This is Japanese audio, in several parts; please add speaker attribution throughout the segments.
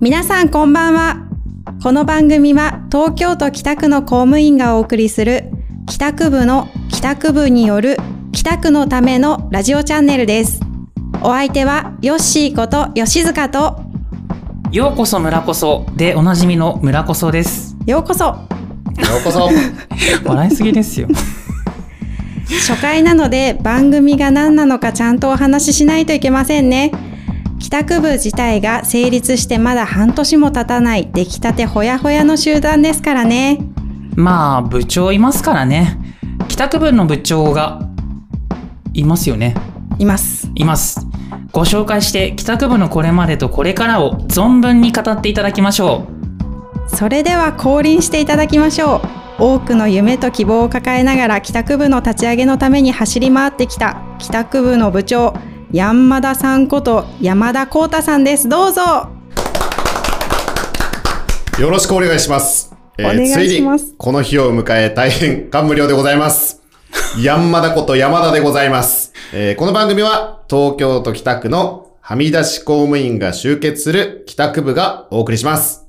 Speaker 1: 皆さんこんばんはこの番組は東京都北区の公務員がお送りする北区部の北区部による北区のためのラジオチャンネルですお相手はヨッシーこと吉塚と
Speaker 2: ようこそ村こそでおなじみの村こそです
Speaker 1: ようこそ
Speaker 3: ようこそ。
Speaker 2: 笑いすぎで すよ
Speaker 1: 初回なので番組が何なのかちゃんとお話ししないといけませんね帰宅部自体が成立してまだ半年も経たない出来たてほやほやの集団ですからね
Speaker 2: まあ部長いますからね北区分の部長がいますよね
Speaker 1: います
Speaker 2: いますご紹介して北区部のこれまでとこれからを存分に語っていただきましょ
Speaker 1: それでは降臨していただきましょう多くの夢と希望を抱えながら帰宅部の立ち上げのために走り回ってきた帰宅部の部長山田さんこと山田光太さんですどうぞ
Speaker 3: よろしくお願いします。え
Speaker 1: お願いします
Speaker 3: ついに、この日を迎え大変感無量でございます。山田こと山田でございます。えーこの番組は、東京都北区のはみ出し公務員が集結する北区部がお送りします。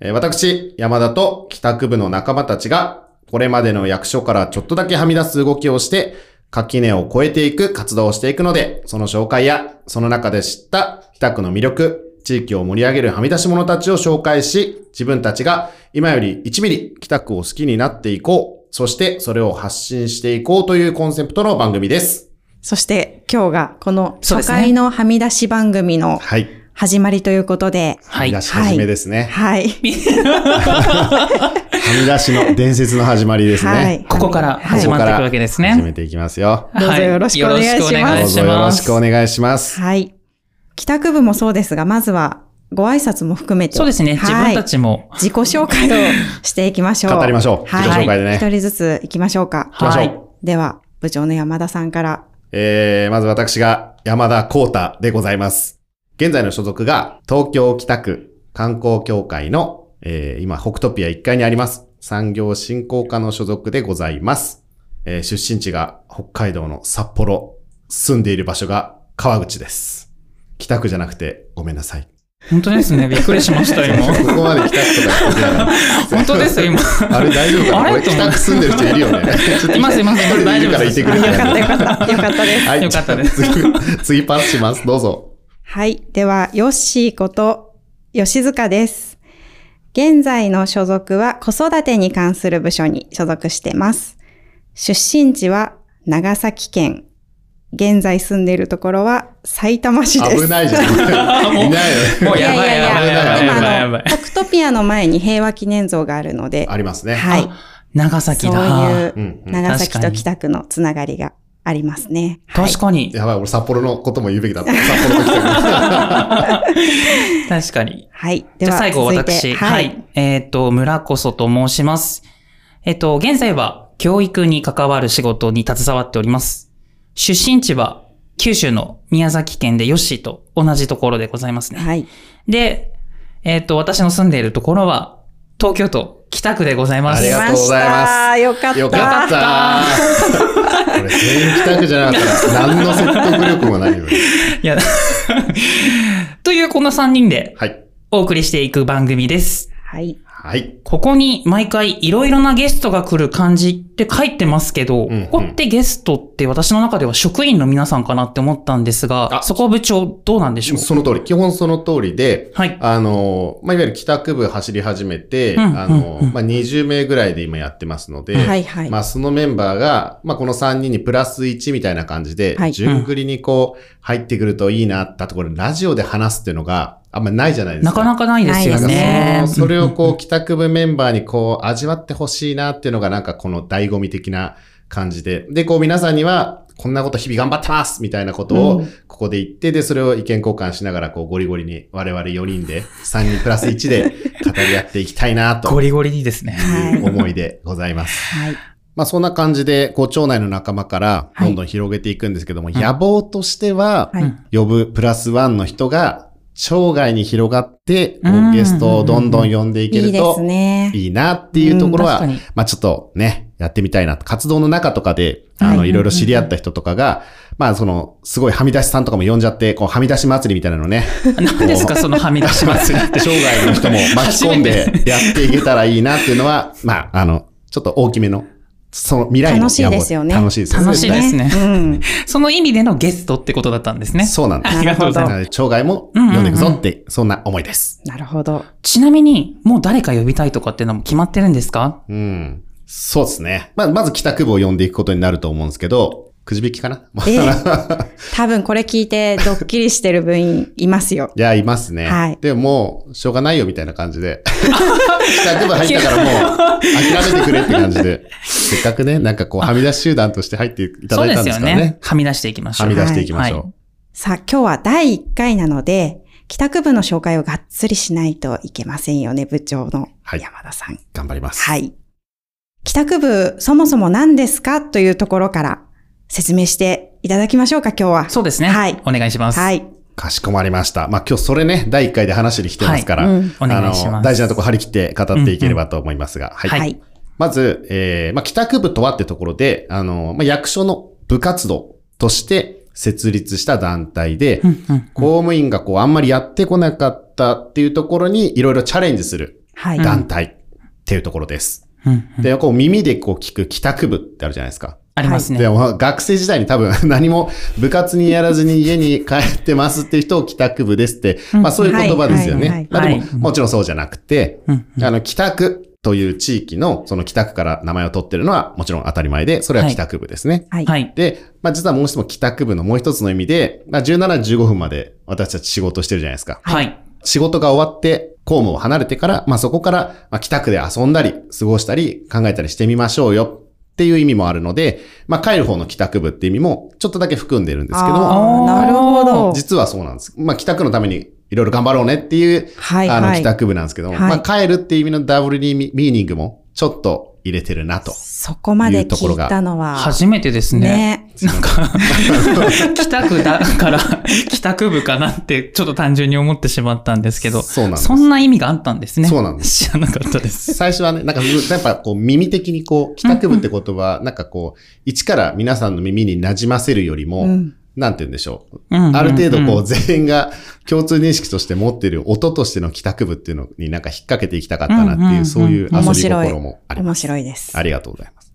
Speaker 3: えー私、山田と北区部の仲間たちが、これまでの役所からちょっとだけはみ出す動きをして、垣根を越えていく活動をしていくので、その紹介や、その中で知った北区の魅力、地域を盛り上げるはみ出し者たちを紹介し、自分たちが今より1ミリ北区を好きになっていこう、そしてそれを発信していこうというコンセプトの番組です。
Speaker 1: そして今日がこの
Speaker 2: そう
Speaker 1: 初
Speaker 2: ですね
Speaker 1: 回のはみ出し番組の
Speaker 3: はい。
Speaker 1: 始まりということで、
Speaker 2: うは
Speaker 3: はみ
Speaker 2: い
Speaker 3: 出し始めですね。
Speaker 1: はい。
Speaker 3: はみ出しの伝説の始まりですね。
Speaker 1: はい。
Speaker 2: ここから
Speaker 1: はい
Speaker 2: 始まっていくわけですね
Speaker 3: 始めていきますよ。
Speaker 1: どうぞ
Speaker 2: はい
Speaker 1: よろしくお願いします
Speaker 2: よろ
Speaker 3: どう
Speaker 2: しく
Speaker 3: ぞ
Speaker 2: お
Speaker 3: よ
Speaker 2: 願
Speaker 3: ろ
Speaker 2: い
Speaker 3: し
Speaker 2: し
Speaker 3: くお
Speaker 2: ます
Speaker 3: 願いします。
Speaker 1: はい。帰宅部もそうですが、まずはご挨拶も含めて。
Speaker 2: そうですね自
Speaker 1: は
Speaker 2: 分
Speaker 1: い
Speaker 2: たちも
Speaker 1: 自己紹介をしていきまし ょう。
Speaker 3: 語りましょう。
Speaker 1: はい
Speaker 3: 自己紹介でね。
Speaker 1: 一人ずつ行きましょうか。
Speaker 3: 行きましょう。
Speaker 2: はい
Speaker 1: では、部長の山田さんから。
Speaker 3: えー、まず私が山田光太でございます。現在の所属が東京北区観光協会の、えー、今北トピア1階にあります産業振興課の所属でございます。えー、出身地が北海道の札幌、住んでいる場所が川口です。北区じゃなくてごめんなさい。
Speaker 2: 本当ですねびっくりしました
Speaker 3: こ
Speaker 2: 今
Speaker 3: こまで北区とか言って たら
Speaker 2: 本当です よ今
Speaker 3: あれ大丈夫か
Speaker 2: あ
Speaker 3: なこ
Speaker 2: れ
Speaker 3: れ
Speaker 2: と思う
Speaker 3: 北区住んでる人いるよね。 ちょっと
Speaker 2: いますいます
Speaker 3: 一人でいるからいてくれ
Speaker 1: あ
Speaker 3: る
Speaker 1: よ
Speaker 3: か
Speaker 1: からったよか った。よかったです。
Speaker 3: はい、
Speaker 2: よかったです
Speaker 3: じゃあ次、次パスします。どうぞ。
Speaker 1: はい。では、ヨッシーこと、吉塚です。現在の所属は子育てに関する部署に所属してます。出身地は長崎県。現在住んでいるところは埼玉市です。
Speaker 3: 危 ないじゃん。いないよね。
Speaker 2: もうやばいやばいやばいやばいや
Speaker 1: 今
Speaker 2: ば
Speaker 1: あ
Speaker 2: い
Speaker 1: の、オクトピアの前に平和記念像があるので、
Speaker 3: ありますね。、
Speaker 1: はい。
Speaker 2: 長
Speaker 1: そう
Speaker 2: 崎だ
Speaker 1: いううん
Speaker 3: うん。
Speaker 1: 長崎
Speaker 2: 確か
Speaker 1: と
Speaker 2: に
Speaker 1: 北区のつながりがありますね。はい
Speaker 2: 確かに、
Speaker 3: やばい、俺札幌のことも言うべきだった。札幌と来た
Speaker 2: 確かに。
Speaker 1: はい。で
Speaker 2: じゃ
Speaker 1: は
Speaker 2: あ、最後
Speaker 1: 続い
Speaker 2: 私、
Speaker 1: て
Speaker 2: は。
Speaker 1: はいい。
Speaker 2: えっ、と、村こそと申します。えっ、と、現在は教育に関わる仕事に携わっております。出身地は九州の宮崎県でヨッシーと同じところでございますね。
Speaker 1: はい。。
Speaker 2: で、えっ、と、私の住んでいるところは東京都北区でございます。
Speaker 3: ありがとうございます
Speaker 1: よかった。
Speaker 3: よかった。俺、全員北区じゃなかったら、何の説得力もないよね。
Speaker 2: いや、 というこの3人で
Speaker 3: はい。
Speaker 2: お送りしていく番組です。
Speaker 1: はい。
Speaker 3: はい。
Speaker 2: ここに毎回いろいろなゲストが来る感じって書いてますけど、
Speaker 3: んうん
Speaker 2: ここってゲストって私の中では職員の皆さんかなって思ったんですが、
Speaker 3: あ
Speaker 2: そこ部長どうなんでしょう
Speaker 3: その通り、基本その通りで、
Speaker 2: はい。
Speaker 3: あの、まあ、いわゆる帰宅部走り始めて、
Speaker 2: うん
Speaker 3: あの
Speaker 2: うんうん、
Speaker 3: まあ、20名ぐらいで今やってますので、
Speaker 1: はいはい。
Speaker 3: まあ、そのメンバーが、まあ、この3人にプラス1みたいな感じで、
Speaker 1: はい
Speaker 3: 順繰りにこう、入ってくるといいなってところ、ラジオで話すっていうのがあんまりないじゃないですか。
Speaker 2: なかなかないですよ
Speaker 1: ないです
Speaker 2: ね
Speaker 1: ね。
Speaker 3: そのそれをこう、帰宅部メンバーにこう、味わってほしいなっていうのがなんかこの醍醐味的な感じで。で、こう皆さんには、こんなこと日々頑張ってますみたいなこと
Speaker 1: う
Speaker 3: を
Speaker 1: ん、
Speaker 3: ここで言って、で、それを意見交換しながら、こう、ゴリゴリに我々4人で、3人プラス1で語り合っていきたいな
Speaker 2: ゴ
Speaker 3: と
Speaker 2: リゴリいいですね。
Speaker 3: いう思いでございます。
Speaker 1: はい。
Speaker 3: まあそんな感じで、こう、町内の仲間からどんどん広げていくんですけども、野望としては、
Speaker 1: はい。
Speaker 3: 呼ぶプラスワンの人が、生涯に広がって、こう
Speaker 2: うん
Speaker 3: ゲストをどんどん呼んでいけ
Speaker 1: いい
Speaker 3: る
Speaker 1: です
Speaker 3: と
Speaker 1: ね。
Speaker 3: いいなっていうところ
Speaker 2: 確
Speaker 3: は、
Speaker 2: かに。
Speaker 3: まあちょっとね、やってみたいな。活動の中とかで、あの、
Speaker 1: はい
Speaker 3: いろいろ知り合った人とかが、まあ、その、すごいはみ出しさんとかも呼んじゃって、こう、はみ出し祭りみたいなのね、
Speaker 2: 何ですか、そのはみ出し 祭りって。
Speaker 3: 生涯の人も巻き込んでやっていけたらいいなっていうのは、まあ、あの、ちょっと大きめの、その未来の野望
Speaker 1: 楽しいですよね
Speaker 3: 楽しいですよ
Speaker 2: 楽しいですね
Speaker 1: うん。
Speaker 2: その意味でのゲストってことだったんですね。
Speaker 3: そうなんです。
Speaker 2: ありがとうござい
Speaker 3: な
Speaker 2: ま
Speaker 3: の
Speaker 2: す。
Speaker 3: で生涯も読んでいくぞって、そんな思いです。
Speaker 1: なる ほど。
Speaker 2: ちなみに、もう誰か呼びたいとかっていうのも決まってるんですか
Speaker 3: うん。そうですね。まあ、まず帰宅部を読んでいくことになると思うんですけど、くじ引きかな
Speaker 1: ええ多分これ聞いてドッキリしてる部員いますよ。
Speaker 3: いや、いますね。
Speaker 1: はい
Speaker 3: でも、もうしょうがないよみたいな感じで。帰宅部入ったからもう、諦めてくれって感じで。せっかくね、なんかこう、はみ出し集団として入っていた
Speaker 2: そう
Speaker 3: だいたん
Speaker 2: です
Speaker 3: で
Speaker 2: よ
Speaker 3: すからね。
Speaker 2: ね。はみ出していきましょ
Speaker 3: は
Speaker 2: う。
Speaker 3: み出していきましょう。
Speaker 2: は
Speaker 1: さあ、今日は第1回なので、帰宅部の紹介をがっつりしないといけませんよね、部長の
Speaker 3: はい
Speaker 1: 山田さん。
Speaker 3: 頑張ります。
Speaker 1: はい。帰宅部、そもそも何ですかというところから説明していただきましょうか、今日は。
Speaker 2: そうですね。
Speaker 1: はい
Speaker 2: お願いします。
Speaker 1: はい。
Speaker 3: かしこまりました。まあ今日それね、第1回で話に来てますから、
Speaker 1: はいうん
Speaker 2: お願いします
Speaker 3: あの、大事なとこ張り切って語っていければと思いますが、はい。
Speaker 1: はい。
Speaker 3: まず、えー、まあ帰宅部とはってところで、あの、まあ役所の部活動として設立した団体で、
Speaker 2: うんうん
Speaker 3: 公務員がこうあんまりやってこなかったっていうところにいろいろチャレンジする
Speaker 1: はい。
Speaker 3: 団体っていうところです。
Speaker 2: うんうん
Speaker 3: で、こう耳でこう聞く帰宅部ってあるじゃないですか。
Speaker 2: ありますね。
Speaker 3: でも学生時代に多分 何も部活にやらずに家に帰ってますっていう人を帰宅部ですって、まあそういう言葉ですよ
Speaker 1: はいはい
Speaker 3: ね。まあでも
Speaker 2: はい
Speaker 3: もちろんそうじゃなくて、
Speaker 2: うんうん
Speaker 3: あの帰宅という地域のその帰宅から名前を取ってるのはもちろん当たり前で、それは帰宅部ですね。
Speaker 1: はい。
Speaker 2: はい。
Speaker 3: で、まあ実はもう一つも帰宅部のもう一つの意味で、まあ17時15分まで私たち仕事してるじゃないですか。
Speaker 2: はい。
Speaker 3: 仕事が終わって、公務を離れてから、まあそこから、まあ帰宅で遊んだり、過ごしたり、考えたりしてみましょうよっていう意味もあるので、まあ帰る方の帰宅部っていう意味もちょっとだけ含んでるんですけども、
Speaker 1: あーなるほど。
Speaker 3: 実はそうなんです。まあ帰宅のためにいろいろ頑張ろうねっていう、
Speaker 1: はい
Speaker 3: あの
Speaker 1: はい
Speaker 3: 帰宅部なんですけども、
Speaker 1: はい
Speaker 3: まあ帰るっていう意味のダブルミーニングもちょっと入れてるなと。
Speaker 1: そこまで聞いたのは。
Speaker 2: 初めてです ね。
Speaker 1: ね。
Speaker 2: なんか、帰宅だから、 帰宅部かなって、ちょっと単純に思ってしまったんですけど、
Speaker 3: そうなんです
Speaker 2: そんな意味があったんですね。。
Speaker 3: そうなんです
Speaker 2: 知らなかったです。
Speaker 3: 最初はね、なんか、やっぱこう耳的にこう、帰宅部って言葉、なんかこう、一から皆さんの耳に馴染ませるよりも、
Speaker 1: うん
Speaker 3: なんて言うんでしょう。
Speaker 2: うんうんうん
Speaker 3: ある程度こう、全員が共通認識として持ってる音としての帰宅部っていうのになんか引っ掛けていきたかったなって
Speaker 2: うんうん
Speaker 3: いうう、
Speaker 2: ん
Speaker 3: そういう遊
Speaker 1: 面
Speaker 3: び
Speaker 1: 白い。
Speaker 3: 心もあり
Speaker 1: 面
Speaker 3: ます。
Speaker 1: 白いです。
Speaker 3: ありがとうございます。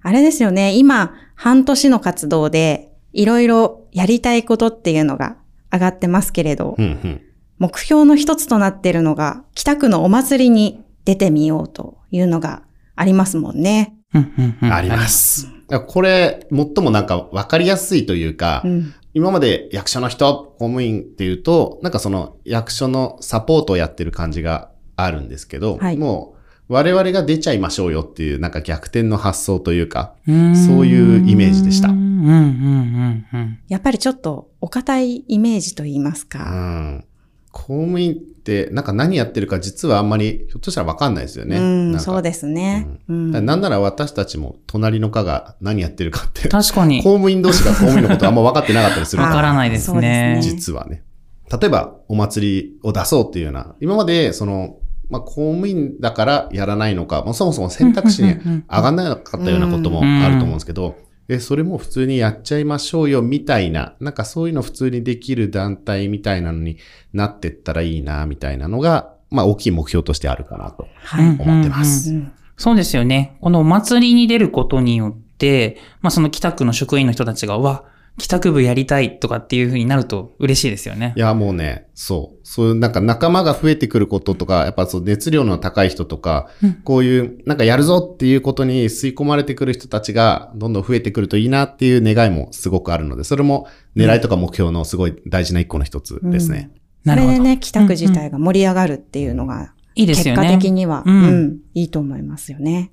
Speaker 1: あれですよね、今、半年の活動で、いろいろやりたいことっていうのが上がってますけれど、
Speaker 3: うんうん。
Speaker 1: 目標の一つとなっているのが、北区のお祭りに出てみようというのがありますもんね。
Speaker 2: うんうんうん
Speaker 3: あります。だからこれ、最もなんか分かりやすいというか、
Speaker 1: うん。
Speaker 3: 今まで役所の人、公務員っていうと、なんかその役所のサポートをやってる感じがあるんですけど、
Speaker 1: はい
Speaker 3: もう我々が出ちゃいましょうよっていうなんか逆転の発想というか、
Speaker 2: うん
Speaker 3: そういうイメージでした
Speaker 2: うんうんうんうん。
Speaker 1: やっぱりちょっとお堅いイメージと言います
Speaker 3: う
Speaker 1: か。
Speaker 3: ん、公務員ってなんか何やってるか実はあんまりひょっとしたらわかんないですよね。
Speaker 1: うん、
Speaker 3: なんか
Speaker 1: そうですね。うん。
Speaker 3: だからなんなら私たちも隣の課が何やってるかって、公
Speaker 2: 確かに、
Speaker 3: 務員同士が公務員のことあんま分かってなかったりする
Speaker 2: わ
Speaker 3: ら
Speaker 2: からないですね。
Speaker 1: そうですね
Speaker 3: 実はね。例えば、お祭りを出そうっていうような、今まで、その、まあ、公務員だからやらないのか、まあ、そもそも選択肢に
Speaker 2: うんうんうんうん
Speaker 3: 上がらなかったようなこともあると思うんですけど、え、それも普通にやっちゃいましょうよ、みたいな、なんかそういうの普通にできる団体みたいなのになってったらいいな、みたいなのが、まあ、大きい目標としてあるかなと
Speaker 1: はい。
Speaker 2: うん
Speaker 3: 思ってます。
Speaker 1: うん
Speaker 2: そうですよね。このお祭りに出ることによって、まあその北区の職員の人たちが、わ、北区部やりたいとかっていうふうになると嬉しいですよね
Speaker 3: い。や、もうね、そう。そういう、なんか仲間が増えてくることとか、やっぱそう熱量の高い人とか、
Speaker 2: うん
Speaker 3: こういう、なんかやるぞっていうことに吸い込まれてくる人たちが、どんどん増えてくるといいなっていう願いもすごくあるので、それも狙いとか目標のすごい大事な一個の一つですね。
Speaker 1: そ
Speaker 2: なる
Speaker 1: れ
Speaker 2: ほ
Speaker 1: で
Speaker 2: ど。
Speaker 1: ね、北区自体が盛り上がるっていうのが、
Speaker 2: いいです
Speaker 1: 結
Speaker 2: よ
Speaker 1: 果
Speaker 2: ね。
Speaker 1: 的には、
Speaker 2: うん
Speaker 1: うん、いいと思いますよね。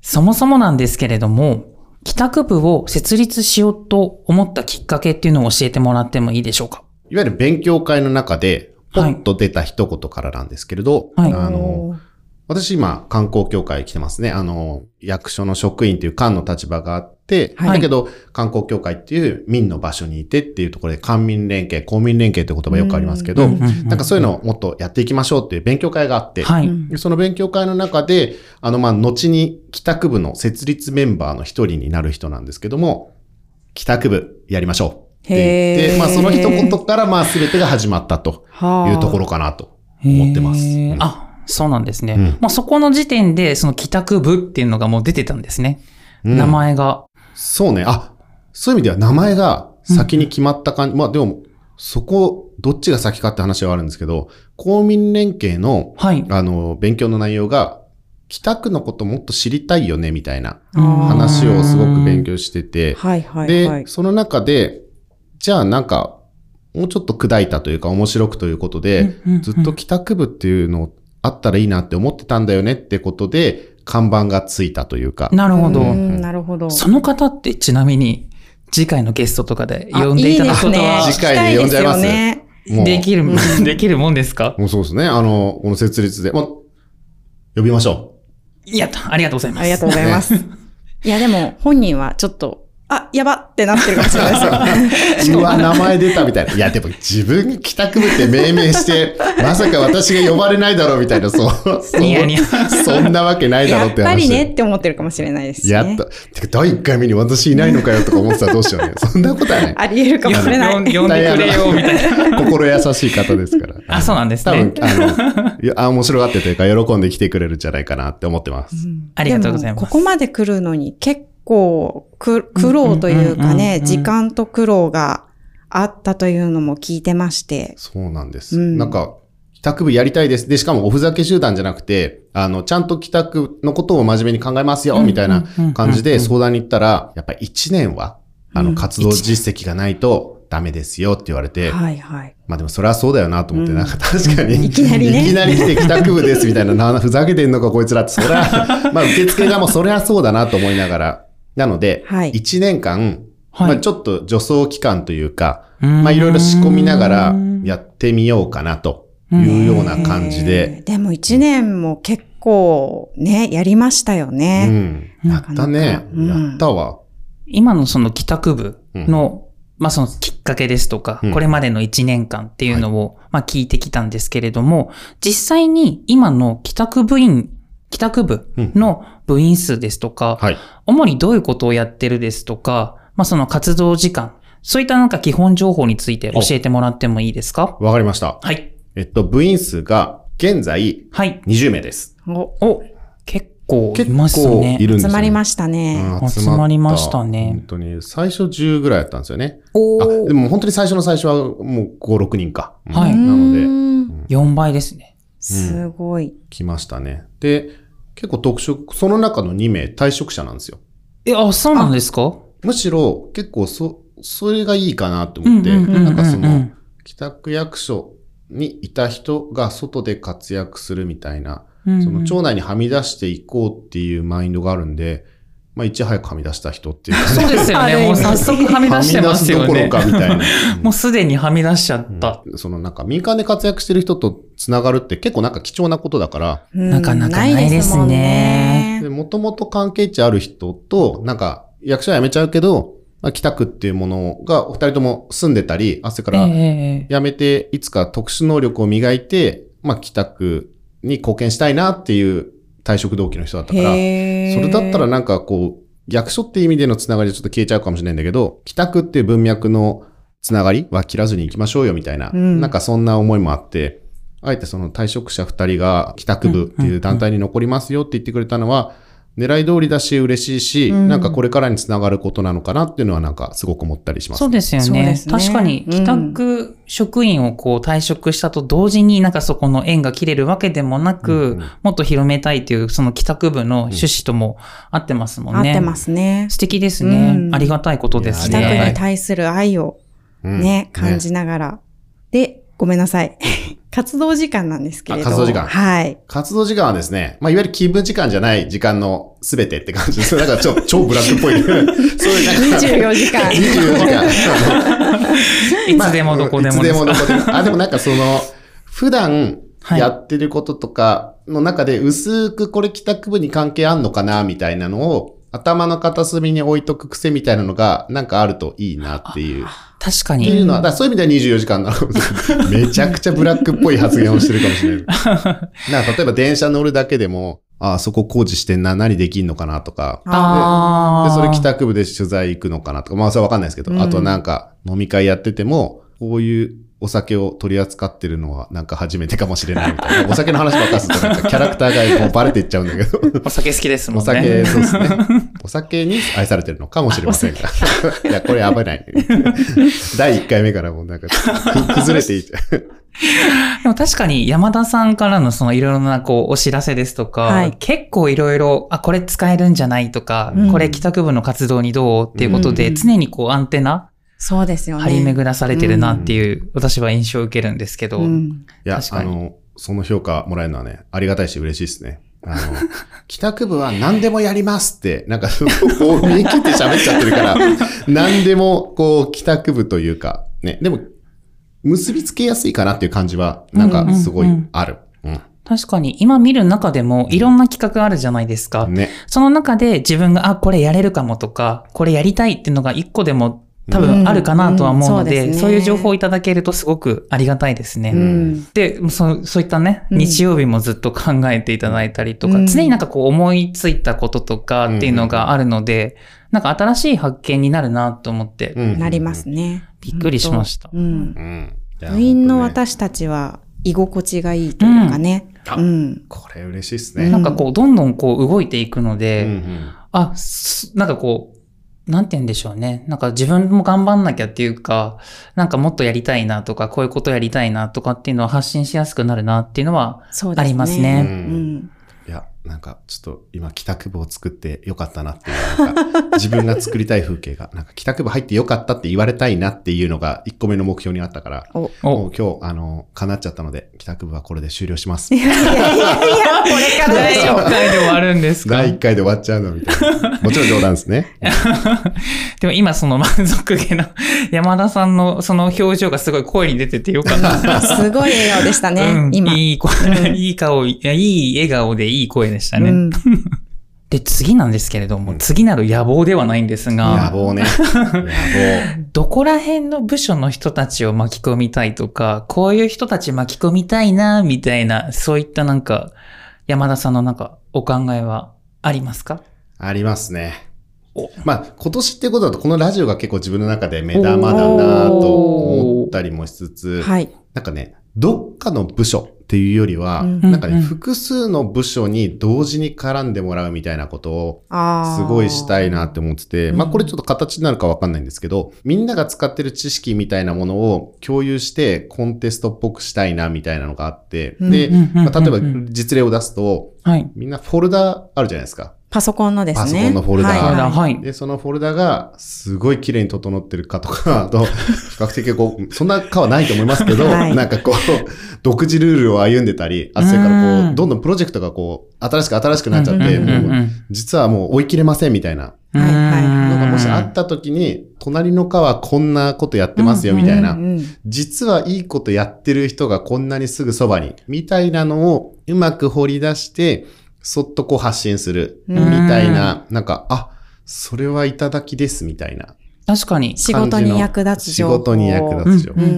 Speaker 2: そもそもなんですけれども、北区部を設立しようと思ったきっかけっていうのを教えてもらってもいいでしょうか。
Speaker 3: いわゆる勉強会の中で、ポ
Speaker 2: はい
Speaker 3: ッと出た一言からなんですけれど、
Speaker 2: はい
Speaker 3: あの、ま私今、観光協会来てますね。あの、役所の職員という官の立場があって、
Speaker 1: はい
Speaker 3: だけど、観光協会っていう民の場所にいてっていうところで、官民連携、公民連携って言葉よくありますけど、
Speaker 1: うん
Speaker 3: なんかそういうのをもっとやっていきましょうっていう勉強会があって、
Speaker 2: はい。
Speaker 1: うん
Speaker 3: でその勉強会の中で、あの、まあ、後に北区部の設立メンバーの一人になる人なんですけども、北区部やりましょうって言っ
Speaker 1: へー
Speaker 3: て、まあ、その一言から、まあ、すべてが始まったと
Speaker 1: はあ
Speaker 3: いうところかなと思ってます。
Speaker 2: へー
Speaker 3: うん
Speaker 2: あ、そうなんですね。
Speaker 3: うん
Speaker 2: まあそこの時点で、その帰宅部っていうのがもう出てたんですね。
Speaker 3: うん
Speaker 2: 名前が。
Speaker 3: そうね。あ、そういう意味では名前が先に決まった感じ。まあ、でも、そこ、どっちが先かって話はあるんですけど、公民連携の、
Speaker 2: はい。
Speaker 3: あの、勉強の内容が、北区のこともっと知りたいよね、みたいな
Speaker 1: あー
Speaker 3: 話をすごく勉強してて、
Speaker 1: はいはい
Speaker 3: で、
Speaker 1: はい。
Speaker 3: その中で、じゃあなんか、もうちょっと砕いたというか面白くということで、
Speaker 2: うんうんうん
Speaker 3: ずっと帰宅部っていうのあったらいいなって思ってたんだよねってことで、看板がついたというか。
Speaker 2: なるほど。
Speaker 1: うんなるほど。
Speaker 2: その方ってちなみに、次回のゲストとかで呼んでいただくこと
Speaker 1: あ
Speaker 2: は、
Speaker 1: いい
Speaker 3: 次回で呼んじゃいます
Speaker 1: 聞きたですよね
Speaker 3: もう
Speaker 2: できる、できるもんですか
Speaker 3: もうそうですね。あの、この設立で。ま、呼びましょ
Speaker 2: やった。ありがとうございます。
Speaker 1: ありがとうございます。いや、でも本人はちょっと、あ、やばってなってるかもしれ ないですよ。
Speaker 3: う。うわ、名前出たみたいな。いや、でも自分が帰宅部って命名して、まさか私が呼ばれないだろうみたいな、そう、そう
Speaker 2: ニヤニヤ
Speaker 3: そんなわけないだろう
Speaker 1: や
Speaker 3: っ
Speaker 1: って
Speaker 3: 話。
Speaker 1: ぱりねって思ってるかもしれないですしね。
Speaker 3: やった。てか、第1回目に私いないのかよとか思ってたらどうしようね。そんなことはない。
Speaker 1: ありえるかもしれない。
Speaker 2: 呼ん呼んでくれよ、みたいな。
Speaker 3: な。 心優しい方ですから。
Speaker 2: あ、そうなんです
Speaker 3: 多分
Speaker 2: ね。、
Speaker 3: あのいや、あ面白がってというか、喜んで来てくれるんじゃないかなって思ってます。
Speaker 2: ありがとうござい
Speaker 1: でも
Speaker 2: ま
Speaker 1: ここ
Speaker 2: す。
Speaker 1: まで来るのに結構く苦労というか
Speaker 2: うんうんうんうん
Speaker 1: ね、
Speaker 2: うん
Speaker 1: 時間と苦労があったというのも聞いてまして。
Speaker 3: そうなんです。
Speaker 1: うん
Speaker 3: なんか、帰宅部やりたいです。で、しかもおふざけ集団じゃなくて、あの、ちゃんと帰宅のことを真面目に考えますよ、みたいな感じで相談に行ったら、やっぱり1年は、あの、活動実績がないとダメですよって言われて、
Speaker 1: はいはい。
Speaker 3: まあでもそれはそうだよなと思って、
Speaker 1: うん
Speaker 3: なんか確かに、
Speaker 1: いきなりね
Speaker 3: いきなり来て帰宅部ですみたいな、 なふざけてんのかこいつらって、そりゃ、まあ受付がもうそりゃそうだなと思いながら、なので、
Speaker 1: はい
Speaker 3: 1年間、
Speaker 2: は
Speaker 3: ま
Speaker 2: い
Speaker 3: あちょっと助走期間というか、
Speaker 2: ま
Speaker 3: まあいろいろ仕込みながらやってみようかなというような感じで、
Speaker 1: えー。でも一年も結構ね、やりましたよ
Speaker 3: う
Speaker 1: ね。
Speaker 3: ん、やったね。
Speaker 1: うん
Speaker 3: やったわ。
Speaker 2: 今のその帰宅部の、まあそのきっかけですとか、
Speaker 3: うん
Speaker 2: これまでの1年間っていうのを、まあ聞いてきたんですけれども、実際に今の帰宅部員、帰宅部の部員数ですとか、
Speaker 3: はい。
Speaker 2: 主にどういうことをやってるですとか、まあその活動時間、そういったなんか基本情報について教えてもらってもいいですか
Speaker 3: わかりました。
Speaker 2: はい。
Speaker 3: えっと、部員数が現在
Speaker 2: はい。
Speaker 3: 20名です。
Speaker 1: お
Speaker 2: お、結構い
Speaker 3: 結構
Speaker 2: ますね。
Speaker 3: いるんですよね
Speaker 1: 集まりましたね。
Speaker 3: うん
Speaker 2: 集まりましたね
Speaker 3: 本当に、最初10ぐらいだったんですよね。
Speaker 2: お
Speaker 3: あ、
Speaker 2: ー
Speaker 3: でも本当に最初の最初はもう5、6人か。うん
Speaker 2: はいう
Speaker 3: なので、
Speaker 1: ので。
Speaker 2: 4倍ですね。
Speaker 1: すごい。
Speaker 3: 来ましたね。で、結構特色、その中の2名退職者なんですよ。
Speaker 2: え、あ、そうなんですか
Speaker 3: むしろ結構そ、それがいいかなと思って、
Speaker 2: うんうんうんうんうん
Speaker 3: なんかその、帰宅役所にいた人が外で活躍するみたいな、その町内にはみ出していこうっていうマインドがあるんで、まあいち早くはみ出した人っていうか、
Speaker 2: そうですよ
Speaker 1: あ
Speaker 2: ね。
Speaker 1: れ
Speaker 2: もう早速はみ出してますよ
Speaker 3: はみ出
Speaker 2: ね
Speaker 3: すど。ころかみたいな。
Speaker 2: もうすでにはみ出しちゃった。
Speaker 3: そのなんか民間で活躍してる人とつながるって結構なんか貴重なことだから、
Speaker 1: うん
Speaker 2: なかなかないです
Speaker 1: もん
Speaker 2: ね
Speaker 3: で、もともと関係値ある人と、なんか役所は辞めちゃうけど、まあ、北区っていうものがお二人とも住んでたり、あ、それから
Speaker 2: ええええ
Speaker 3: 辞めていつか特殊能力を磨いて、まあ北区に貢献したいなっていう退職動機の人だったから、
Speaker 1: へー
Speaker 3: それだったらなんかこう、役所って意味でのつながりはちょっと消えちゃうかもしれないんだけど、帰宅っていう文脈のつながりは切らずに行きましょうよみたいな、
Speaker 1: うん
Speaker 3: なんかそんな思いもあって、あえてその退職者2人が帰宅部っていう団体に残りますよって言ってくれたのは、狙い通りだし嬉しいし、
Speaker 1: うん
Speaker 3: なんかこれからにつながることなのかなっていうのはなんかすごく思ったりします。
Speaker 2: そうですよ
Speaker 1: そうで
Speaker 2: ね。
Speaker 1: すね
Speaker 2: 確かに、
Speaker 1: うん
Speaker 2: 帰宅職員をこう退職したと同時に、なんかそこの縁が切れるわけでもな
Speaker 3: う
Speaker 2: く
Speaker 3: んうん、
Speaker 2: もっと広めたいという、その帰宅部の趣旨とも合ってますも
Speaker 1: 合
Speaker 2: ん
Speaker 1: っ
Speaker 2: ね。
Speaker 1: てま。すね。
Speaker 2: 素敵ですね
Speaker 1: う。ん
Speaker 2: ありがたいことです
Speaker 1: 帰
Speaker 2: ね。
Speaker 3: い
Speaker 1: 宅
Speaker 3: やありがたい
Speaker 1: に対する愛を
Speaker 3: うん
Speaker 1: ね、感じながら。で、ごめんなさい。 活動時間なんですけれど。
Speaker 3: あ活動時間
Speaker 1: はい。
Speaker 3: 活動時間はですね、まあ、いわゆる勤務時間じゃない時間のすべてって感じです。なんかちょ超ブラックっぽ い。そういうなんか
Speaker 1: 24時間。
Speaker 3: 24時間。
Speaker 2: いつでもどこで
Speaker 3: い
Speaker 2: も
Speaker 3: つ
Speaker 2: で
Speaker 3: ですも
Speaker 2: か
Speaker 3: どこでも。あ、でもなんかその、普段、
Speaker 2: はい
Speaker 3: やってることとかの中で、薄くこれ帰宅部に関係あんのかな、みたいなのを、頭の片隅に置いとく癖みたいなのが、なんかあるといいなっていう。っ
Speaker 2: 確か
Speaker 3: てい
Speaker 2: に。
Speaker 3: うのは、だからそういう意味では24時間なのかもしれない。めちゃくちゃブラックっぽい発言をしてるかもしれない。 なんか例えば電車乗るだけでも、ああ、そこ工事してんな、何できんのかなとか、
Speaker 2: あ
Speaker 3: で、
Speaker 2: あ。
Speaker 3: それ帰宅部で取材行くのかなとか、まあそれはわかんないですけど、
Speaker 1: うん
Speaker 3: あとなんか飲み会やってても、こういうお酒を取り扱ってるのはなんか初めてかもしれないみたいな。お酒の話ばっかりするとなんかキャラクターがこうバレていっちゃうんだけど、
Speaker 2: お酒好きですもん
Speaker 3: お酒、
Speaker 2: ね。
Speaker 3: そうですね。お酒に愛されてるのかもしれませんが。いや、これ危ない。第1回目からもうなんかく崩れていっちゃう。
Speaker 2: でも確かに山田さんからのそのいろいろなこうお知らせですとか、
Speaker 1: はい
Speaker 2: 結構いろいろ、あ、これ使えるんじゃないとか、
Speaker 1: うん
Speaker 2: これ帰宅部の活動にどうっていうこと
Speaker 1: うん
Speaker 2: で、
Speaker 1: うん
Speaker 2: 常にこうアンテナ
Speaker 1: そうですよね。
Speaker 2: 張り巡らされてるなっていう、私は印象を受けるんですけど、
Speaker 1: うん
Speaker 3: いや、
Speaker 2: 確か
Speaker 3: あ
Speaker 2: に
Speaker 3: の、その評価もらえるのはね、ありがたいし嬉しいですね。あの、帰宅部は何でもやりますって、なんか、こう、見切って喋っちゃってるから、何でも、こう、帰宅部というか、ね、でも、結びつけやすいかなっていう感じは、なん
Speaker 1: う
Speaker 3: か
Speaker 1: んう、ん
Speaker 3: すごい
Speaker 2: うん
Speaker 3: ある。うん。
Speaker 2: 確かに今見る中でもいろんな企画あるじゃないですか。
Speaker 3: ね。
Speaker 2: その中で自分が、あ、これやれるかもとか、これやりたいっていうのが一個でも多分あるかなとは思うので、
Speaker 1: うんうんそうですね
Speaker 2: そういう情報をいただけるとすごくありがたいですね。
Speaker 1: うん
Speaker 2: で、そう、そういったね、
Speaker 1: うん
Speaker 2: 日曜日もずっと考えていただいたりとか、
Speaker 1: うん
Speaker 2: 常になんかこう思いついたこととかっていうのがあるので、なんか新しい発見になるなと思って、
Speaker 3: うん
Speaker 1: なります。ね。
Speaker 2: びっくりしました。
Speaker 1: うん
Speaker 3: うん。いや
Speaker 1: 部員の。
Speaker 3: 本
Speaker 1: 私たちは居心地がいいというかね。
Speaker 3: あ
Speaker 1: うん。
Speaker 3: 当ねこれ嬉しいです
Speaker 1: う
Speaker 3: ね。
Speaker 2: なんかこう、どんどんこう動いていくの
Speaker 3: う
Speaker 2: で、
Speaker 3: ん
Speaker 2: あ、すなんかこう、なんて言うんでしょうね。なんか自分も頑張んなきゃっていうか、なんかもっとやりたいなとか、こういうことやりたいなとかっていうのは発信しやすくなるなっていうのは、
Speaker 1: そうですね。
Speaker 2: あります
Speaker 3: う。
Speaker 2: ね
Speaker 1: うんん。
Speaker 3: いや、なんか、ちょっと今、帰宅部を作ってよかったなっていう、なんか、自分が作りたい風景が、なんか、帰宅部入ってよかったって言われたいなっていうのが、1個目の目標にあったから、
Speaker 1: お。
Speaker 3: も
Speaker 2: お、
Speaker 3: う今日、あの、叶っちゃったので、帰宅部はこれで終了します
Speaker 1: い。やいやいや、これからで
Speaker 2: 第
Speaker 1: し
Speaker 2: 1
Speaker 1: ょ。
Speaker 2: 回で終わるんですか
Speaker 3: 第1回で終わっちゃうのみたいな。もちろん冗談ですね。
Speaker 2: でも今その満足げな 山田さんのその表情がすごい声に出ててよかった。
Speaker 1: すごい笑顔でしたね、
Speaker 2: うん
Speaker 1: 今。
Speaker 2: いい声、いい顔、いやいい笑顔でいい声でしたね。
Speaker 1: うん
Speaker 2: で、次なんですけれども、次なる野望ではないんです
Speaker 3: 野
Speaker 2: が、
Speaker 3: 望ね。野
Speaker 2: どこら辺の部署の人たちを巻き込みたいとか、こういう人たち巻き込みたいな、みたいな、そういったなんか、山田さんのなんか、お考えはありますか
Speaker 3: 望。ありますね
Speaker 2: お。
Speaker 3: まあ、今年ってことだと、このラジオが結構自分の中で目玉だなと思ったりもしつつ、
Speaker 1: はい。
Speaker 3: なんかね、どっかの部署っていうよりは、
Speaker 1: うん
Speaker 3: なんかね、
Speaker 2: うんうん
Speaker 3: 複数の部署に同時に絡んでもらうみたいなことを、
Speaker 1: ああ。
Speaker 3: すごいしたいなって思ってて、まあ
Speaker 1: うん
Speaker 3: これちょっと形になるかわかんないんですけど、みんなが使ってる知識みたいなものを共有してコンテストっぽくしたいなみたいなのがあって、
Speaker 1: うん
Speaker 3: で、
Speaker 1: うん
Speaker 3: まあ例えば
Speaker 2: うん
Speaker 3: 実例を出すと、
Speaker 2: はい。
Speaker 3: みんなフォルダあるじゃないですか。
Speaker 1: パソコンのですね。
Speaker 3: パソコンのフォルダ
Speaker 1: はい
Speaker 2: あら
Speaker 1: はい
Speaker 2: はい。
Speaker 3: で、そのフォルダがすごい綺麗に整ってるかとか、あ と、比較的こう、そんなかはないと思いますけど、
Speaker 1: はい
Speaker 3: なんかこう、独自ルールを歩んでたり、あ、それか
Speaker 2: う
Speaker 3: らこ
Speaker 2: ん
Speaker 3: う、どんどんプロジェクトがこう、新しく新しくなっちゃって、
Speaker 1: うん
Speaker 3: もう実はもう追い切れませんみたいな
Speaker 1: はいはい
Speaker 3: のがもしあった時に、隣の課はこんなことやってますよみたいな、
Speaker 1: うんうん
Speaker 3: 実はいいことやってる人がこんなにすぐそばに、みたいなのをうまく掘り出して、そっとこう発信する、
Speaker 1: う
Speaker 3: み
Speaker 1: ん
Speaker 3: たいな、なんか、あ、それはいただきです、みたいな。
Speaker 2: 確かに。
Speaker 1: 仕事に役立つ情報。
Speaker 3: 仕事に役立つ情報
Speaker 1: うん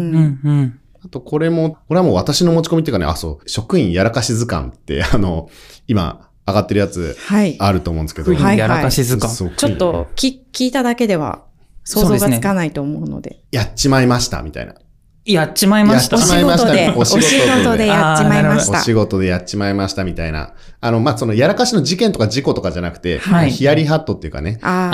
Speaker 2: うん。
Speaker 3: あと、これも、これはもう私の持ち込みっていうかね、あ、そう、職員やらかし図鑑って、 あの、今、上がってるやつ、
Speaker 1: はい。
Speaker 3: あると思うんですけど。
Speaker 2: 不倫
Speaker 1: はい
Speaker 2: やらかし図鑑。
Speaker 3: そう
Speaker 1: ちょっと、き聞いただけでは想像がつかないと思うので。
Speaker 3: やっちまいました、みたいな。
Speaker 2: やっちまいました
Speaker 3: やっ。ちまいましたね
Speaker 1: お仕
Speaker 3: お仕
Speaker 1: 事で、お仕
Speaker 3: 事で
Speaker 1: 事でやっちまいまし
Speaker 3: お
Speaker 1: た。
Speaker 3: 仕事でやっちまいましたみたいな。あの、まあ、その、やらかしの事件とか事故とかじゃなくて、
Speaker 2: はい
Speaker 3: ヒヤリハットっていうかね。
Speaker 1: あ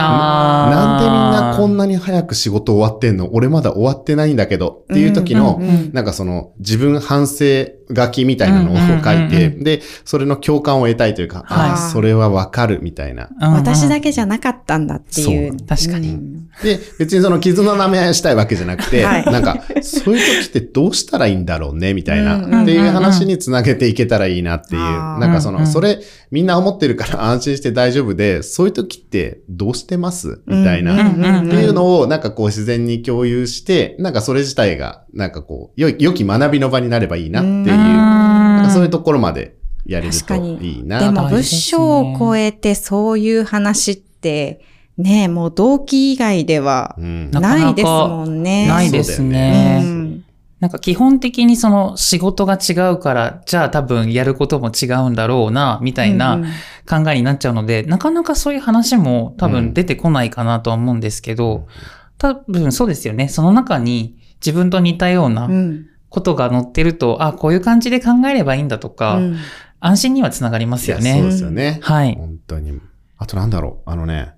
Speaker 2: あー
Speaker 3: なんでみんなこんなに早く仕事終わってんの俺まだ終わってないんだけど。
Speaker 1: あ。
Speaker 3: っていう時の、
Speaker 1: んんん
Speaker 3: なんかその、自分反省書きみたいなのを
Speaker 2: うんうんうんうん
Speaker 3: 書いて、で、それの共感を得たいというか、あ
Speaker 1: は
Speaker 3: あ、
Speaker 1: い
Speaker 3: それはわかるみたいな。
Speaker 2: うんうん
Speaker 1: 私だけじゃなかったんだっていう。
Speaker 3: そう
Speaker 2: 確かに
Speaker 1: うん
Speaker 3: で、別にその傷の舐め合いしたいわけじゃなくて、
Speaker 1: はい
Speaker 3: なんか、そういう時ってどうしたらいいんだろうね、みたい
Speaker 1: うんうんうん
Speaker 3: な、っていう話につなげていけたらいいなっていう。
Speaker 1: あー
Speaker 3: なんかそ
Speaker 2: うん
Speaker 3: の、
Speaker 2: う
Speaker 3: そ
Speaker 2: ん
Speaker 3: れみんな思ってるから安心して大丈夫で、そういう時ってどうしてますみたいな。
Speaker 1: うん
Speaker 3: っ
Speaker 1: うんうん
Speaker 3: ていうのを、なんかこう自然に共有して、なんかそれ自体が、なんかこう、良い良き学びの場になればいいなっていう。
Speaker 1: うん
Speaker 3: なんか
Speaker 1: うん
Speaker 3: そういうところまでやれる
Speaker 1: 確
Speaker 3: と
Speaker 1: かに
Speaker 3: いいな。
Speaker 1: で
Speaker 2: あ
Speaker 1: も
Speaker 2: 大事で
Speaker 1: 文
Speaker 2: すね
Speaker 1: 章を超えてそういう話って、ね、もう動機以外では
Speaker 3: うん
Speaker 2: なかなか
Speaker 1: ないですもんね。
Speaker 2: ないです
Speaker 1: う
Speaker 2: ね。
Speaker 1: ん
Speaker 2: なんか基本的にその仕事が違うから、じゃあ多分やることも違うんだろうな、みたいな
Speaker 1: うんうん
Speaker 2: 考えになっちゃうので、なかなかそういう話も多分出てこないかなとは思うんですけど、多分そうですよね。その中に自分と似たよう
Speaker 1: う
Speaker 2: なんことが載ってると、あ、こういう感じで考えればいいんだとか、
Speaker 1: うん
Speaker 2: 安心にはつながりますよ
Speaker 3: いやそう
Speaker 2: ね。
Speaker 3: ですよね。
Speaker 2: はい。
Speaker 3: 本当に。あとなんだろう。あのね、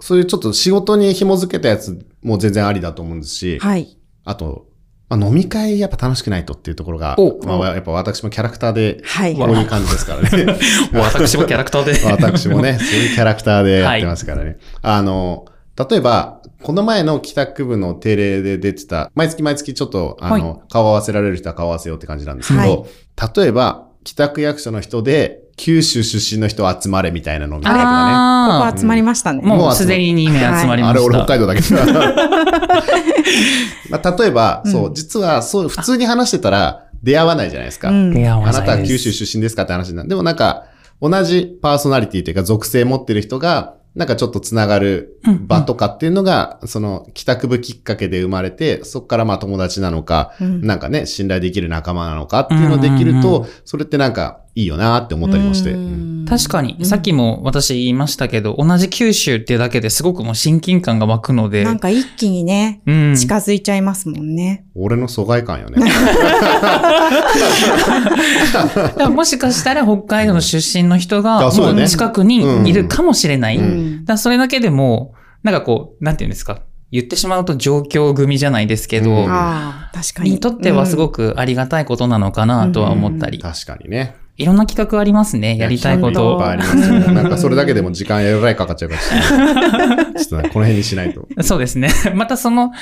Speaker 3: そういうちょっと仕事に紐づけたやつも全然ありだと思うんですし、
Speaker 1: はい。
Speaker 3: あと、まあ、飲み会やっぱ楽しくないとっていうところが
Speaker 2: お、
Speaker 3: まあ、やっぱ私もキャラクターで、
Speaker 1: はい。
Speaker 3: こういう感じですからね。
Speaker 2: 私もキャラクター で。
Speaker 3: 私もね、そういうキャラクターでやってますからね。あの、例えば、この前の帰宅部の定例で出てた、毎月毎月ちょっと、あの、顔合わせられる人は顔合わせようって感じなんですけど、例えば、帰宅役所の人で、九州出身の人集まれみたいなのみたいなね。
Speaker 2: あ
Speaker 1: ここ集まりましたね。
Speaker 2: ーもうすでに2名集まりました。
Speaker 3: あれ、俺北海道だけど。まあ、例えば、そう、実は、そう、普通に話してたら、出会わないじゃないですか。
Speaker 1: うん
Speaker 2: 出会わ
Speaker 3: あ
Speaker 2: な
Speaker 3: ないたは
Speaker 2: です
Speaker 3: 九州出身ですかって話になる。でもなんか、同じパーソナリティというか属性持ってる人が、なんかちょっとつながる場とかっていうのが、その、帰宅部きっかけで生まれて、そこからまあ友達なのか、
Speaker 1: うん
Speaker 3: なんかね、信頼できる仲間なのかっていうのできる
Speaker 2: うんうん
Speaker 3: と、それってなんかいいよなって思ったりもして。うん
Speaker 2: 確か
Speaker 1: う
Speaker 2: に、
Speaker 1: ん
Speaker 2: さっきも私言いましたけど、同じ九州ってだけですごくもう親近感が湧くので、
Speaker 1: なんか一気にね、
Speaker 2: うん。
Speaker 1: 近づいちゃいますもんね。
Speaker 3: 俺の疎外感よね。
Speaker 2: だからもしかしたら北海道の出身の人が、
Speaker 3: あそう
Speaker 2: も
Speaker 3: だね
Speaker 2: う近くにいるかもしれない。
Speaker 3: うん
Speaker 2: だからそれだけでも、なんかこう、なんていうんですか、言ってしまうと状況組じゃないですけど、
Speaker 3: うん
Speaker 1: ああ、確かに。
Speaker 2: にとってはす
Speaker 1: く
Speaker 2: ごくありがたいことなのかなとは思ったり、
Speaker 3: 確かにね。
Speaker 2: いろんな企画ありますね、 やりたいこ
Speaker 3: やいっ
Speaker 2: と
Speaker 3: ぱいありますよなんかそれだけでも時間やらいかかっちゃうかもしれ ない。ちょっとねこの辺にしないと。
Speaker 2: そうですね。 またその、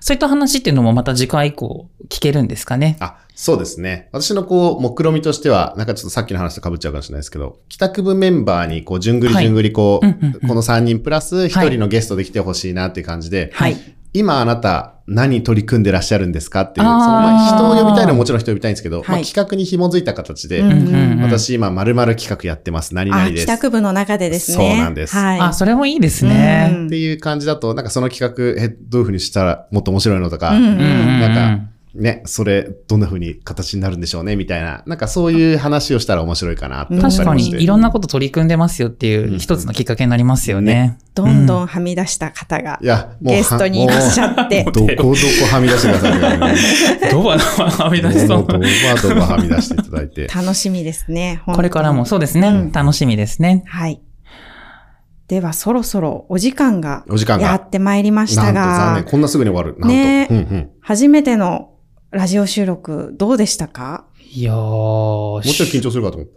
Speaker 2: そういった話っていうのもまた次回以降聞けるんですかね。
Speaker 3: あ、そうですね。私のこう、目論みとしては、なんかちょっとさっきの話と被っちゃうかもしれないですけど、帰宅部メンバーに、こう、じゅんぐり
Speaker 2: はい
Speaker 3: じゅんぐり、こう、
Speaker 2: うんうんうん
Speaker 3: この3人プラス1人のゲストで来てほしいなっていう感じで、
Speaker 1: はい。
Speaker 3: 今あなた何取り組んでらっしゃるんですかっていう、そ
Speaker 2: あ
Speaker 3: の
Speaker 2: ー
Speaker 3: まあ人を呼びたいのはもちろん人呼びたいんですけど、ま
Speaker 1: は
Speaker 3: あ
Speaker 1: い
Speaker 3: 企画に紐づいた形で、
Speaker 1: うんうん
Speaker 2: うん
Speaker 3: 私今〇〇企画やってます。何々
Speaker 1: あ、
Speaker 3: で
Speaker 1: 帰
Speaker 3: す。
Speaker 1: 宅部の中でですね。
Speaker 3: そうなんです
Speaker 1: はい。
Speaker 2: あ、それもいいです
Speaker 1: う
Speaker 2: ね。
Speaker 1: ん
Speaker 3: っていう感じだと、なんかその企画、え、どういうふうにしたらもっと面白いのとか、
Speaker 1: うん
Speaker 2: うんうんうん
Speaker 3: なんか、ね、それ、どんな風に形になるんでしょうね、みたいな。なんかそういう話をしたら面白いかなって思ったり
Speaker 2: 確か
Speaker 3: もして。
Speaker 2: にいろんなこと取り組んでますよっていう一つのきっかけになりますよね。
Speaker 1: どんどんはみ出した方が
Speaker 3: いや、もうは。
Speaker 1: ゲストにいらっし
Speaker 3: も
Speaker 1: ゃって
Speaker 3: う。どこどこはみ出してください ね。
Speaker 2: どうは はみ出し そ
Speaker 3: どこど
Speaker 2: う。
Speaker 3: こはどこはみ出していただいて。
Speaker 1: 楽しみですね。本当に
Speaker 2: これからも。そうですね。
Speaker 1: うん
Speaker 2: 楽しみですね。
Speaker 1: はい。では、そろそろお時間が
Speaker 3: お時間が
Speaker 1: やってまいりまし
Speaker 3: な
Speaker 1: た
Speaker 3: んと残念。
Speaker 1: が、
Speaker 3: こんなすぐに終わる。なんと。
Speaker 1: ね
Speaker 3: うんうん。
Speaker 1: 初めてのラジオ収録どうでしたか
Speaker 2: いやー。も
Speaker 3: もうちょい緊張するかと思っ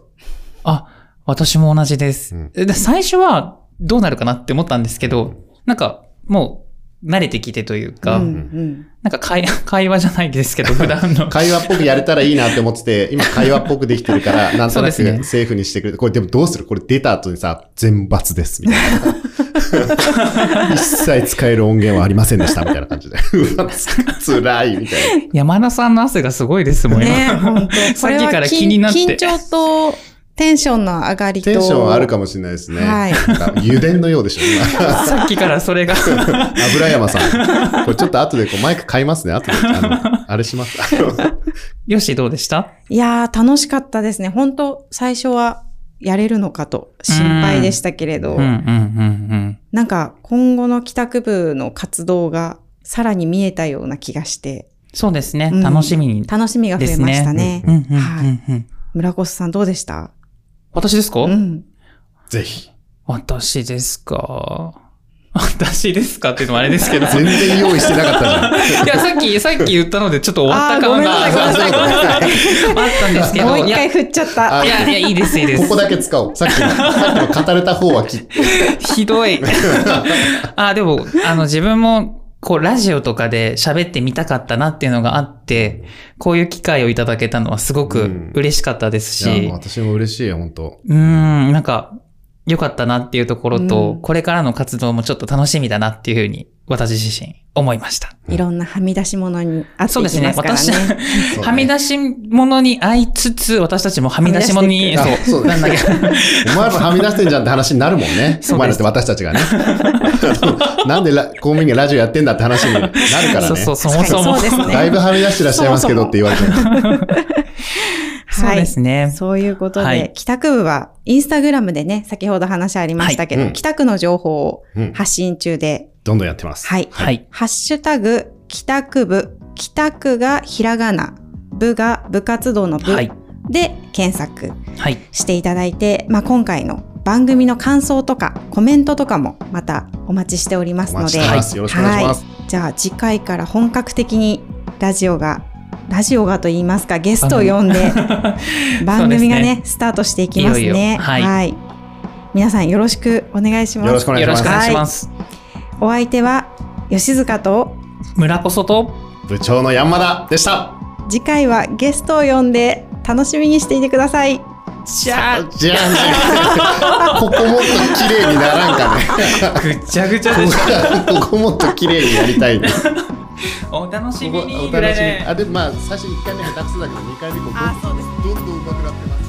Speaker 2: あ、私も同じです。
Speaker 3: うん
Speaker 2: で最初はどうなるかなって思ったんですけど、なんかもう慣れてきてというか、
Speaker 1: うん
Speaker 2: なんか会 会話じゃないですけど、普段の
Speaker 3: た。会話っぽくやれたらいいなって思ってて、今会話っぽくできてる から、なんとなく
Speaker 2: そうですね
Speaker 3: セーフにしてくれて、これでもどうするこれ出た後にさ、全罰です、みた いな。一切使える音源はありませんでした、みたいな感じで。 うわ、つらい、みた いな。
Speaker 2: 山田さんの汗がすごいですも、
Speaker 1: うんん。 ね
Speaker 2: 今。
Speaker 1: 本当。
Speaker 2: さっきから気になって
Speaker 1: 緊張とテンションの上がりと。
Speaker 3: テンションはあるかもしれないですね。
Speaker 1: はい
Speaker 3: なんか油田のようでしょ、 今
Speaker 2: さっきからそれが。
Speaker 3: 油山さん。これちょっと後でこうマイク買いますね、後で。あの、あれします。 あの
Speaker 2: よし、どうでした
Speaker 1: いやー、楽しかったですね。本当最初はやれるのかと心配でしたけれど、
Speaker 2: うんうんうん
Speaker 1: なんか今後の帰宅部の活動がさらに見えたような気がして、
Speaker 2: そうですね。
Speaker 1: うん
Speaker 2: 楽しみに。
Speaker 1: 楽しみが増えましたね。
Speaker 2: うんうんうんうん
Speaker 1: 村越さんどうでした
Speaker 2: 私ですか、
Speaker 1: うん。
Speaker 3: ぜひ。
Speaker 2: 私ですか 私ですかっていうのもあ れですけど。い
Speaker 3: 全然用意してなかったじゃん。
Speaker 2: や、さっき、さっき言ったので、ちょっと終わ
Speaker 1: あ
Speaker 2: っ
Speaker 1: ー
Speaker 2: た
Speaker 1: ご
Speaker 2: 感
Speaker 1: めんな
Speaker 2: が
Speaker 1: さ
Speaker 2: あ
Speaker 1: い、ごめんなさい、ごめんなさい。
Speaker 2: ったんですけ
Speaker 1: も
Speaker 2: ど。
Speaker 1: う
Speaker 2: い
Speaker 1: 一
Speaker 2: や、
Speaker 1: 回
Speaker 2: い
Speaker 1: 振っちゃった。
Speaker 3: あ
Speaker 2: や、いやいいです、いいで
Speaker 3: こ
Speaker 2: す
Speaker 3: こ。だけ使おう。さっきの、さっきの語れた方は切って。
Speaker 2: ひど い。あ、でも、あの、自分も、こう、ラジオとかで喋ってみたかったなっていうのがあって、こういう機会をいただけたのはすご
Speaker 3: うん
Speaker 2: く嬉しかったですし、
Speaker 3: いや、もう私も嬉しいよ、本当
Speaker 2: うーん、なんか、良かったなっていうところと、
Speaker 1: うん
Speaker 2: これからの活動もちょっと楽しみだなっていうふうに私自身思いました。
Speaker 1: いろんなはみ出し物にあって
Speaker 2: そう
Speaker 1: い
Speaker 2: です
Speaker 1: き
Speaker 2: ね
Speaker 1: ま。すからね。
Speaker 2: 私、
Speaker 3: そうね
Speaker 2: はみ出し物に会いつつ、私たちもはみ出し物に、
Speaker 3: はみ出していく
Speaker 2: そう、
Speaker 3: あ
Speaker 2: なん
Speaker 3: そう
Speaker 2: だ
Speaker 3: で
Speaker 2: け
Speaker 3: すお前らはみ出してんじゃんって話になる もんね。
Speaker 2: す
Speaker 3: お前らって私たちがね。 なんでラ公務員がラジオやってんだって話になるからね。
Speaker 2: そうそう、そ
Speaker 1: 確か
Speaker 2: も
Speaker 1: に
Speaker 2: そも。
Speaker 1: そうですね
Speaker 3: だいぶはみ出してらっしゃいますけどって言われて も。
Speaker 2: そうですね。
Speaker 1: そういうことで、
Speaker 2: はい
Speaker 1: 北区部はインスタグラムでね、先ほど話ありましたけど、
Speaker 3: はいうん
Speaker 1: 北区の情報を
Speaker 3: うん
Speaker 1: 発信中で、
Speaker 3: どんどんやってます。
Speaker 1: はい。
Speaker 2: はい。
Speaker 1: ハッシュタグ、北区部、北区がひらがな、部が部活動の部
Speaker 2: はい。
Speaker 1: で検索
Speaker 2: はい。
Speaker 1: していただいて、まあ、今回の番組の感想とかコメントとかもまたお待ちしております
Speaker 3: お
Speaker 1: の
Speaker 3: 待ち
Speaker 1: で、
Speaker 3: してます。よろしくお願いします。
Speaker 1: じゃあ次回から本格的にラジオがラジオがと言いますかゲストを呼んで番組がねスタートしていきますね
Speaker 2: いよいよはい
Speaker 1: 皆さんよろしくお願いします
Speaker 3: よろしくお願い
Speaker 2: よ
Speaker 3: し
Speaker 2: ろ
Speaker 3: ます。
Speaker 2: しくお願いします。
Speaker 1: お相手は吉塚と
Speaker 2: 村こそと、
Speaker 3: 部長の山田でした。
Speaker 1: 次回はゲストを呼んで楽しみにしていてください
Speaker 2: じゃあ、
Speaker 3: じゃあ、ここもっと綺麗にならんか ね。
Speaker 2: ぐちゃぐちゃでし
Speaker 3: ここもっと綺麗にやりたいね。
Speaker 2: た。お楽しみ
Speaker 3: ここ
Speaker 2: に
Speaker 3: お
Speaker 2: ぐら
Speaker 3: 楽
Speaker 2: い
Speaker 3: しみ
Speaker 2: で
Speaker 3: に。あ、でもまあ、最初1回目下手くそだけど、2回目以降、どんどん上手くなってます。